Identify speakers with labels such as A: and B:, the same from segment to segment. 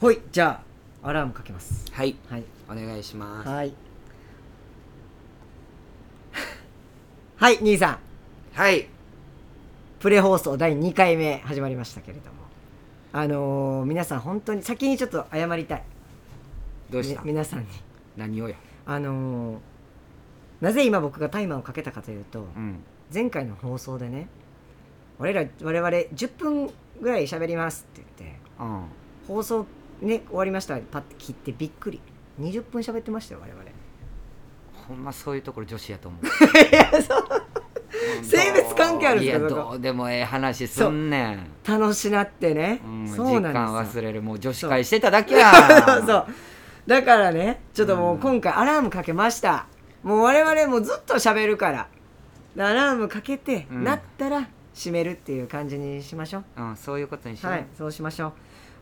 A: ほいじゃあアラームかけます
B: はい
A: はい
B: お願いします
A: はいはい兄さん
B: はい
A: プレ放送第2回目始まりましたけれどもあのー皆さん本当に先にちょっと謝りたい
B: どうした
A: み皆さんに
B: 何をや
A: あのーなぜ今僕がタイマーをかけたかというと、
B: うん
A: 前回の放送でね我ら我々10分ぐらい喋りますって言って
B: うん
A: 放送ね終わりましたパッて切ってびっくり20分喋ってましたよ我々
B: ほんまそういうところ女子やと思う う ん
A: 性別関係あるんですか
B: いや
A: そこ
B: どうでもええ話すんねん
A: 楽しなってね、
B: うん
A: そう
B: 実
A: な
B: 感
A: んですよ
B: 忘れるもう女子会してただけや
A: そう だからねちょっともううん今回アラームかけましたもう我々もずっと喋るからアラームかけて、
B: うん
A: なったら閉めるっていう感じにしましょう
B: うん、そういうことにしよう、
A: はい、そうしましょう。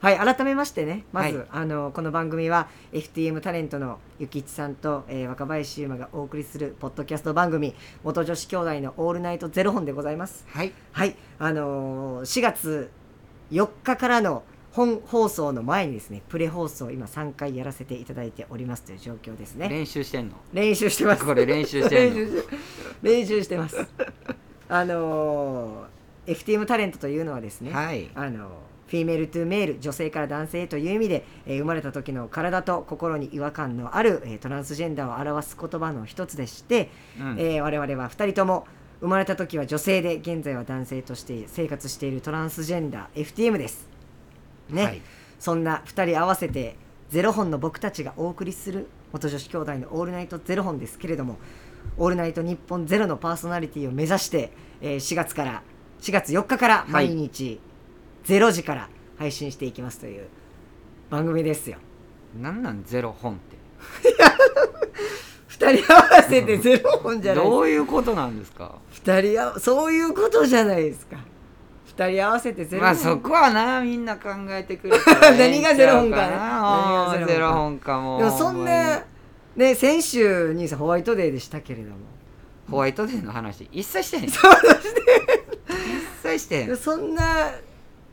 A: はい、改めましてね、まず、
B: はい
A: あのこの番組は FTM タレントのゆきちさんと、えー若林優馬がお送りするポッドキャスト番組元女子兄弟のオールナイトゼロ本でございます。
B: はい
A: はい、あのー4月4日からの本放送の前にですね、プレ放送今3回やらせていただいておりますという状況ですね。
B: 練習してんの
A: 練習してます。
B: これ練習してんの
A: 練習して練習してます。あのー FTM タレントというのはですね、
B: はい
A: あのフィメールトゥーメール女性から男性へという意味で、えー生まれた時の体と心に違和感のある、えートランスジェンダーを表す言葉の一つでして、
B: うん
A: えー我々は2人とも生まれた時は女性で現在は男性として生活しているトランスジェンダー FTM です。ね、
B: はい
A: そんな2人合わせてゼロ本の僕たちがお送りする元女子兄弟の「オールナイトゼロ本」ですけれども「オールナイト日本ゼロのパーソナリティを目指して、えー4月から4月4日から毎日0時から配信していきますという番組ですよ。
B: なんなんゼロ本っ
A: 2人合わせてゼロ本じ
B: て
A: ゃないです
B: ど
A: か。
B: ういうことなんですか
A: 二人あそういうことじゃないですか。2人合わせてゼロ
B: まあそこはなみんな考えて くれたらええんちゃ
A: 何が
B: う
A: ゼロ本かね
B: な
A: 何
B: う
A: が
B: ん
A: ゼ
B: ゼ
A: ロ
B: ロ
A: 本
B: 本かも
A: でもそんな、ね、先週兄さんホワイトデーでしたけれども
B: ホワイトデーの話一切して へん
A: そう
B: 一切してへん
A: そんな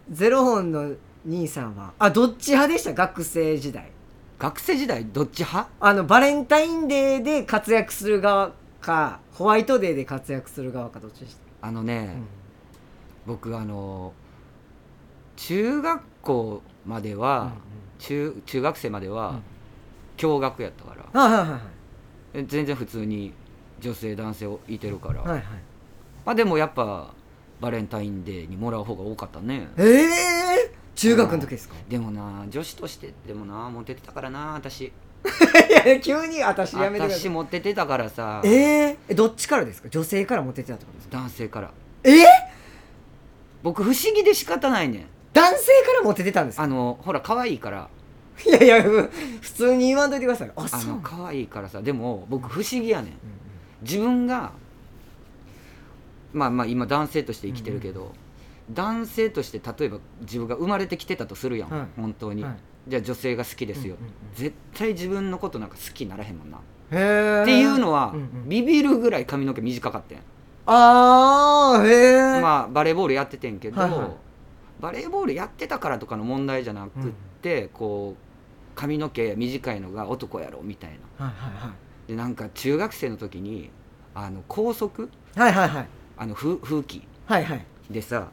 A: ゼロ本の兄さんはあどっち派でした学生時代
B: 学生時代どっち派
A: あのバレンタインデーで活躍する側かホワイトデーで活躍する側かどっちでした、
B: あのね、
A: うん
B: 僕あの中学校までは、中中学生まで
A: うん
B: は共学やったから、
A: あはいは
B: え全然普通に女性男性いてるから、
A: いはいはいはい
B: まあでもやっぱバレンタインデーにもらう方が多かったね
A: ええ中学の時ですか、
B: でもな女子としてでもなモテてたからな 私
A: いや急に私やめてくださ
B: 私
A: い
B: モテてたからさ
A: えーえどっちからですか女性からモテてたってことですか
B: 男性から
A: えー
B: 僕不思議で仕方ないねん
A: 男性からモテてたんですか
B: あのほら可愛いから
A: いやいやふ普通に言わんといてくださいあ
B: あ
A: そう
B: の可愛いからさでも僕不思議や
A: う
B: ねん
A: んうん
B: 自分がまあまあ今男性として生きてるけど、男性として例えば自分が生まれてきてたとするやん、
A: はい
B: 本当に、
A: はい
B: じゃあ女性が好きですよ、
A: うんうんうん
B: 絶対自分のことなんか好きにならへんもんな、
A: へー
B: っていうのは、
A: うんうん
B: ビビるぐらい髪の毛短かってん、
A: ああへえ、
B: まあバレーボールやっててんけど、
A: はいはい
B: バレーボールやってたからとかの問題じゃなくって、こう髪の毛短いのが男やろみたいな
A: はいは
B: でなんか中学生の時にあの校則
A: いはいはいはい
B: あの風風紀
A: はいはい
B: でさ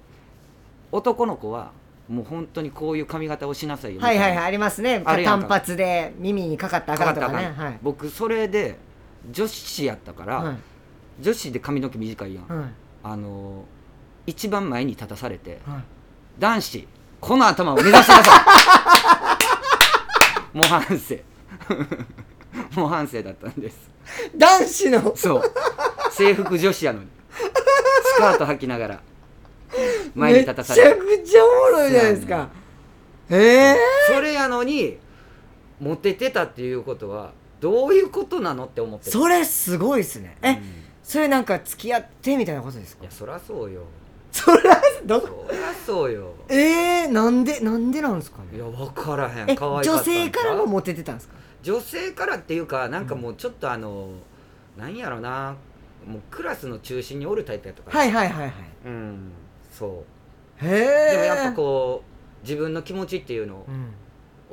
B: 男の子はもう本当にこういう髪型をしなさいよみ
A: は
B: たい
A: い
B: な、
A: はいはいありますね
B: あるやん
A: 単
B: か
A: 発で耳にかかったあかんとかね
B: かかったらあかん
A: はい
B: 僕それで女子やったから、
A: はい
B: 女子で髪の毛短いやん、
A: はい
B: あのー一番前に立たされて
A: はい
B: 男子この頭を目指しなさい もう反省もう反省だったんです
A: 男子の
B: そう制服女子やのにスカート履きながら前に立たされ
A: めちゃ
B: て
A: くちゃおもろいじゃないですかへえ
B: それやのにモテてたっていうことはどういうことなのって思ってる
A: それすごいですねえ、
B: うん
A: それなんか付き合ってみたいなことです
B: い
A: か
B: やそりゃそうよ
A: それどこ
B: そりゃそうよ
A: えー、なんでなんでなんですか
B: い
A: ね
B: や分からへん
A: え
B: 可愛
A: 女性
B: か
A: か
B: った
A: ら
B: んちゃう
A: もモテてたんですか
B: 女性からっていうかなんかもうちょっとあの、なんやろなもうクラスの中心におるタイプやったから
A: はいはいはいはい
B: うんそう
A: へえ
B: でもやっぱこう自分の気持ちっていうのを
A: うん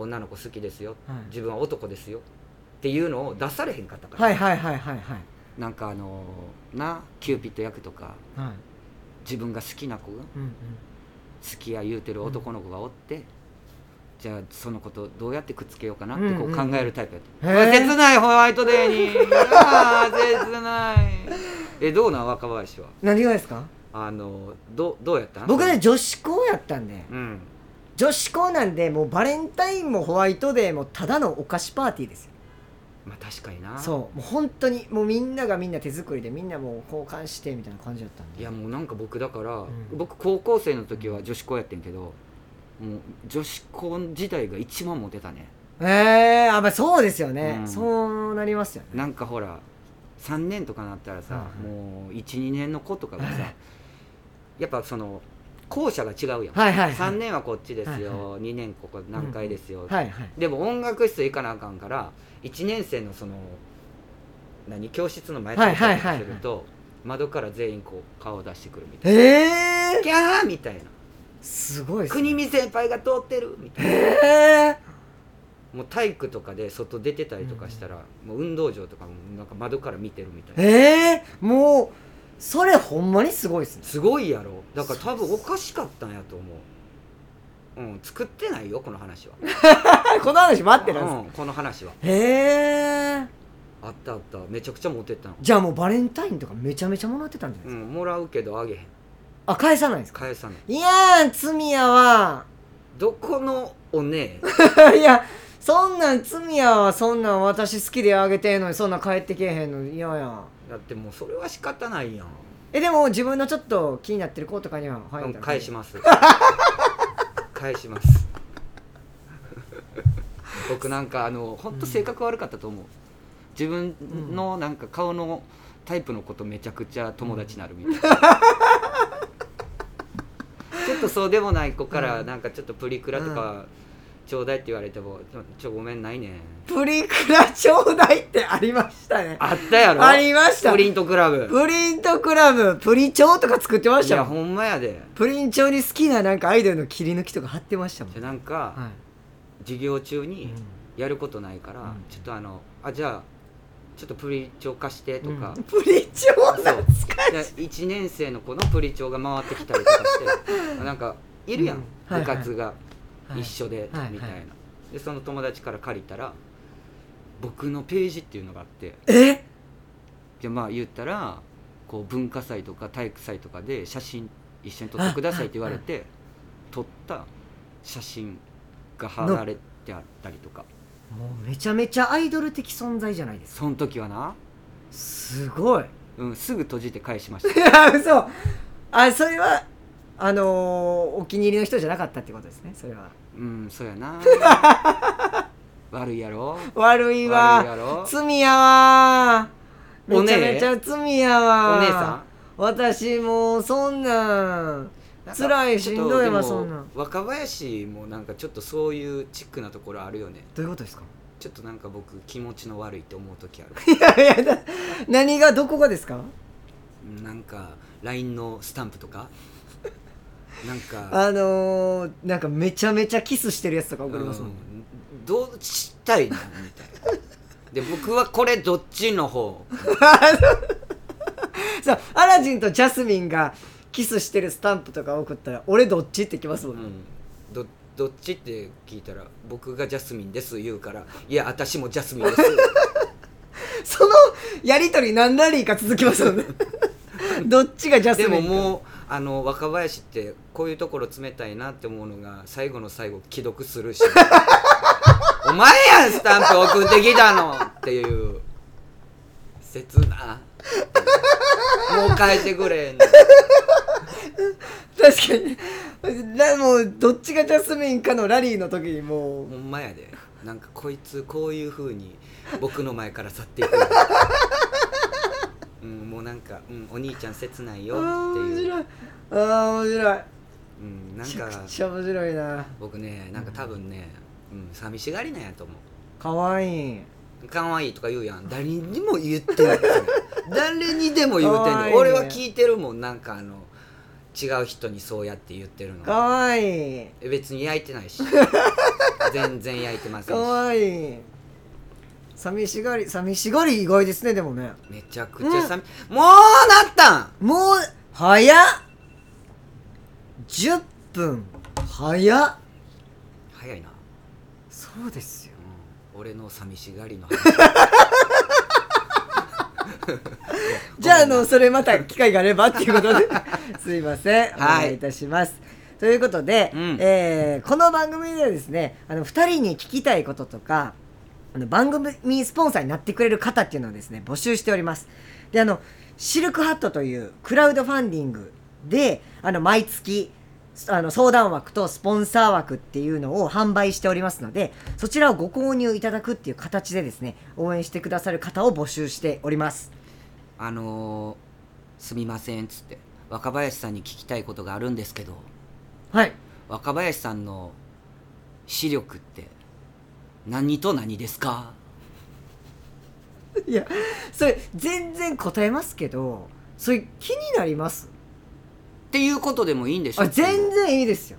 B: 女の子好きですよ
A: はい
B: 自分は男ですよっていうのを出されへんかったから、
A: はいはいはいはいはい
B: なんかあのなキューピッド役とか
A: はい
B: 自分が好きな子が
A: うんうん
B: 好きや言うてる男の子がおって、じゃあそのことどうやってくっつけようかなってこ
A: うん
B: う
A: うんう
B: 考
A: ん
B: えるタイプやった、
A: へ
B: うわ
A: ー
B: 切ないホワイトデーにあー切ないえどうなん若林は
A: 何がですか
B: あのどうどうやったん
A: 僕ね女子校やったんで
B: うん
A: 女子校なんでもうバレンタインもホワイトデーもただのお菓子パーティーですよ
B: まあ確かにな
A: そうもう本当にもうみんながみんな手作りでみんなもう交換してみたいな感じだったんで
B: やもうなんか僕だから、
A: ん
B: 僕高校生の時は女子校やってんけどもう女子校時代が一番モテたね
A: ええー、あまあそうですよね、
B: うん
A: そうなりますよね
B: なんかほら3年とかなったらさ、
A: はい
B: もう12年の子とかがさ、
A: はい
B: やっぱその校舎が違うやん、
A: はいはいはい
B: 3年はこっちですよ、
A: はい
B: 2年ここ何回ですよ、
A: はいはい
B: でも音楽室行かなあかんから1年生のその何教室の前とか
A: はいはいはいはい
B: すると窓から全員こう顔出してくるみたい
A: ええ
B: な「キャー!」みたいな
A: ー、すごい
B: 「
A: ですね
B: 国見先輩が通ってる!」みたいな。
A: ええ
B: もう体育とかで外出てたりとかしたら、もう運動場とかもなんか窓から見てるみたいな
A: ええもうそれほんまにすごいですね
B: すごいやろだから多分おかしかったんやと思ううん作ってないよこの話は
A: この話待ってなんですか
B: うんこの話は
A: へえ
B: あったあっためちゃくちゃモテたの
A: じゃあもうバレンタインとかめちゃめちゃもらってたんじゃないうですか、
B: んもらうけどあげへん
A: あ返さないんですか
B: 返さない
A: いやー罪やわ
B: どこのおね
A: いやそんなん罪やわそんなん私好きであげてんのにそんなん帰ってけえへんの嫌や
B: えだってもうそれは仕方ないやん、
A: えでも自分のちょっと気になってる子とかには入
B: うん
A: んだ
B: 返し
A: ま
B: ます 返します僕なんかあの本当性格悪かったと思う、自分のなんか顔のタイプのことめちゃくちゃ友達になるみ たいな、ちょっとそうでもない子からなんかちょっとプリクラとかちょうだいって言われても「ちょちょごめんないねん
A: プリクラちょうだいってありましたね」
B: あったやろ
A: ありました
B: プリントクラブ
A: プリントクラブプリチョウとか作ってまし
B: い
A: た
B: や
A: よ
B: ほんまやで
A: プリンチョウに好きななんかアイドルの切り抜きとか貼ってましたもん
B: じゃあなんか、
A: は
B: 授業中
A: い、
B: にやることないから、
A: うん
B: ちょっとあのあじゃあちょっとプリチョ貸してとか、
A: うんプリチョウ懐かしい
B: 1年生の子のプリチョが回ってきたりとかして なんかいるやん、
A: うんはいはい
B: 部活が一緒で、
A: はい
B: みたいな、
A: はい
B: でその友達から借りたら僕のページっていうのがあって
A: え
B: じゃあまあ言ったらこう文化祭とか体育祭とかで写真一緒に撮ってくださいって言われて撮った写真が貼られてあったりとか
A: もうめちゃめちゃアイドル的存在じゃないですか
B: その時はな
A: すごい
B: うん、すぐ閉じて返しまし
A: いや嘘あそれはあのーお気に入りの人じゃなかったってことですねそれは
B: うんそう やな悪いやろ
A: 悪い
B: 悪いや
A: わ
B: ろ
A: 罪やわ
B: お
A: めち
B: ね
A: ゃ
B: え
A: めちゃ罪やわ
B: お姉さ
A: 私もうそんなん
B: ん
A: 辛いしんどいわ
B: ちょ
A: そ
B: っとでも
A: んなん
B: 若林もなんかちょっとそういうチックなところあるよね
A: どういうことですか
B: ちょっとなんか僕気持ちの悪いって思う時あ
A: い
B: る
A: やいやだ何がどこがですか
B: うんなんか LINE のスタンプとかなんか
A: あのー、なんかめちゃめちゃキスしてるやつとか送りますもん、
B: うんどうしたいのみたいなで僕はこれどっちの方
A: そうアラジンとジャスミンがキスしてるスタンプとか送ったら俺どっちってきますもん、
B: うん、どどっちって聞いたら僕がジャスミンです言うからいや私 もジャスミンです
A: そのやり取り何ラリーか続きますもん ねどっちがジャス
B: で
A: ミン
B: ももうあの若林ってこういうところ冷たいなって思うのが最後の最後既読する しお前やんスタンプ送ってきたのっていう切 なもう変えてくれ
A: 確かになもうどっちがジャスミンかのラリーの時にもう
B: ほんまやでなんかこいつこういうふうに僕の前から去っていくうん、もうなんか、うん、お兄ちゃん切ないよ
A: あ
B: っ
A: ー
B: て
A: 面
B: いう
A: 白いあー面白い
B: うん、
A: め
B: なん
A: ちゃ く
B: か
A: ちゃ面白いな
B: 僕ねなんか多分ね、うん、寂しがりなんやと思
A: かわいいう
B: 可愛いとか言うやん誰にも言ってない誰にでも言うてん
A: 可愛い
B: ね
A: ね
B: ん俺は聞いてるもんなんかあの違う人にそうやって言ってる
A: か
B: の
A: わいい
B: 別に焼いてな いし全然焼いてませ
A: か
B: んし
A: わいい寂しがり寂しがり意外ですねでもね
B: めちゃくちゃ寒い、もうなったん
A: もう早っ10分早っ
B: 早いな、
A: そうですよ
B: うん、俺の寂しがり の話
A: じゃああのそれまた機会があればっていうこと ですいませんお
B: はい
A: 願いいたします、ということで、
B: うん
A: えーこの番組ではですねあの2人に聞きたいこととかあの番組スポンサーになってくれる方っていうのをですね募集しておりますであのシルクハットというクラウドファンディングであの毎月あの相談枠とスポンサー枠っていうのを販売しておりますのでそちらをご購入いただくっていう形でですね応援してくださる方を募集しております
B: あのーすみません」っつって若林さんに聞きたいことがあるんですけど
A: はい
B: 若林さんの視力って何と何ですか
A: いやそれ全然答えますけどそれ気になります
B: っていうことでもいいんでしょ
A: あ全然いいですよ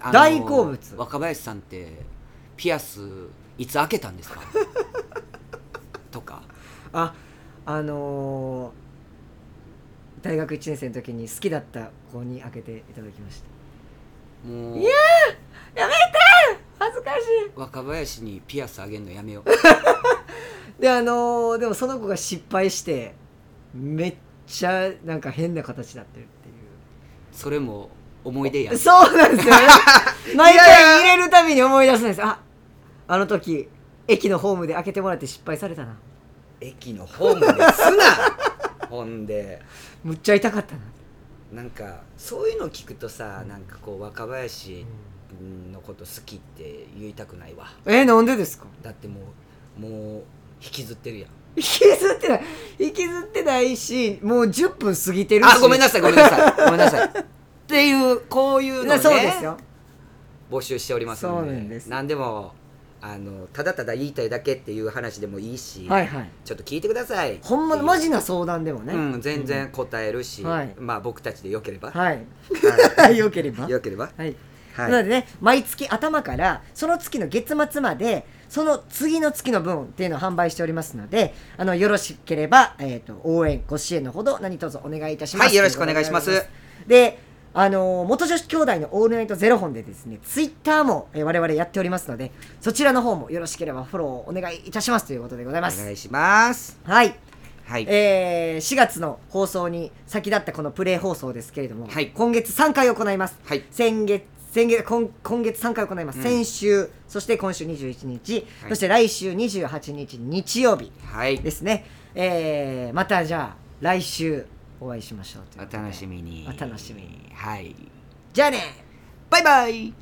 B: あの
A: 大好物
B: 若林さんってピアスいつ開けた んですかとか
A: ああのー大学1年生の時に好きだった子に開けていただきまし
B: もう
A: たやめて恥ずかしい
B: 若林にピアスあげんのやめよう
A: であのーでもその子が失敗してめっちゃなんか変な形になってるっていう
B: それも思い出や
A: そうなんですよ ね毎回入れるたびに思い出すんですああの時駅のホームで開けてもらって失敗されたな
B: 駅のホームですな ほんで
A: むっちゃ痛かったな
B: なんかそういうの聞くとさなんかこう若林のこと好きって言いたくないわ
A: えなんでですか
B: だってもうもう引きずってるやん
A: 引きずってない引きずってないしもう10分過ぎてるし
B: あごめんな
A: さ
B: さいごめんなさいごめんなさいっていうこういうのね
A: そうですよ
B: 募集しておりますの
A: そ
B: で
A: うなんです
B: 何でもあのただただ言いたいだけっていう話でもいいし、
A: はいはい
B: ちょっと聞いてください
A: ほんま
B: っていう
A: マジな相談でもね、
B: うん、全然答えるし、
A: はい
B: まあ僕たちでよければ、
A: はい
B: は
A: よければ
B: いよ ければ
A: はい
B: はい
A: なのでね毎月頭からその月の月末までその次の月の分っていうのを販売しておりますのであのよろしければ、えー、と応援ご支援のほど何卒お願いいたします、
B: はいよろしくお願いします
A: とうことでございますであのー元女子兄弟の「オールナイトゼロ本」でですねツイッターも、えー我々やっておりますのでそちらの方もよろしければフォローお願いいたしますということでございま
B: お願
A: す
B: いします
A: はい
B: はい、
A: えー4月の放送に先立ったこのプレイ放送ですけれども、
B: はい
A: 今月3回行います
B: はい
A: 先月先月今今月3回行います、
B: うん
A: 先週そして今週21日、
B: はい
A: そして来週28日日曜日
B: はい
A: ですね、えーまたじゃあ来週お会いしましょうという
B: お
A: ことで
B: 楽しみに
A: お楽しみに
B: はい
A: じゃあね
B: バイバイ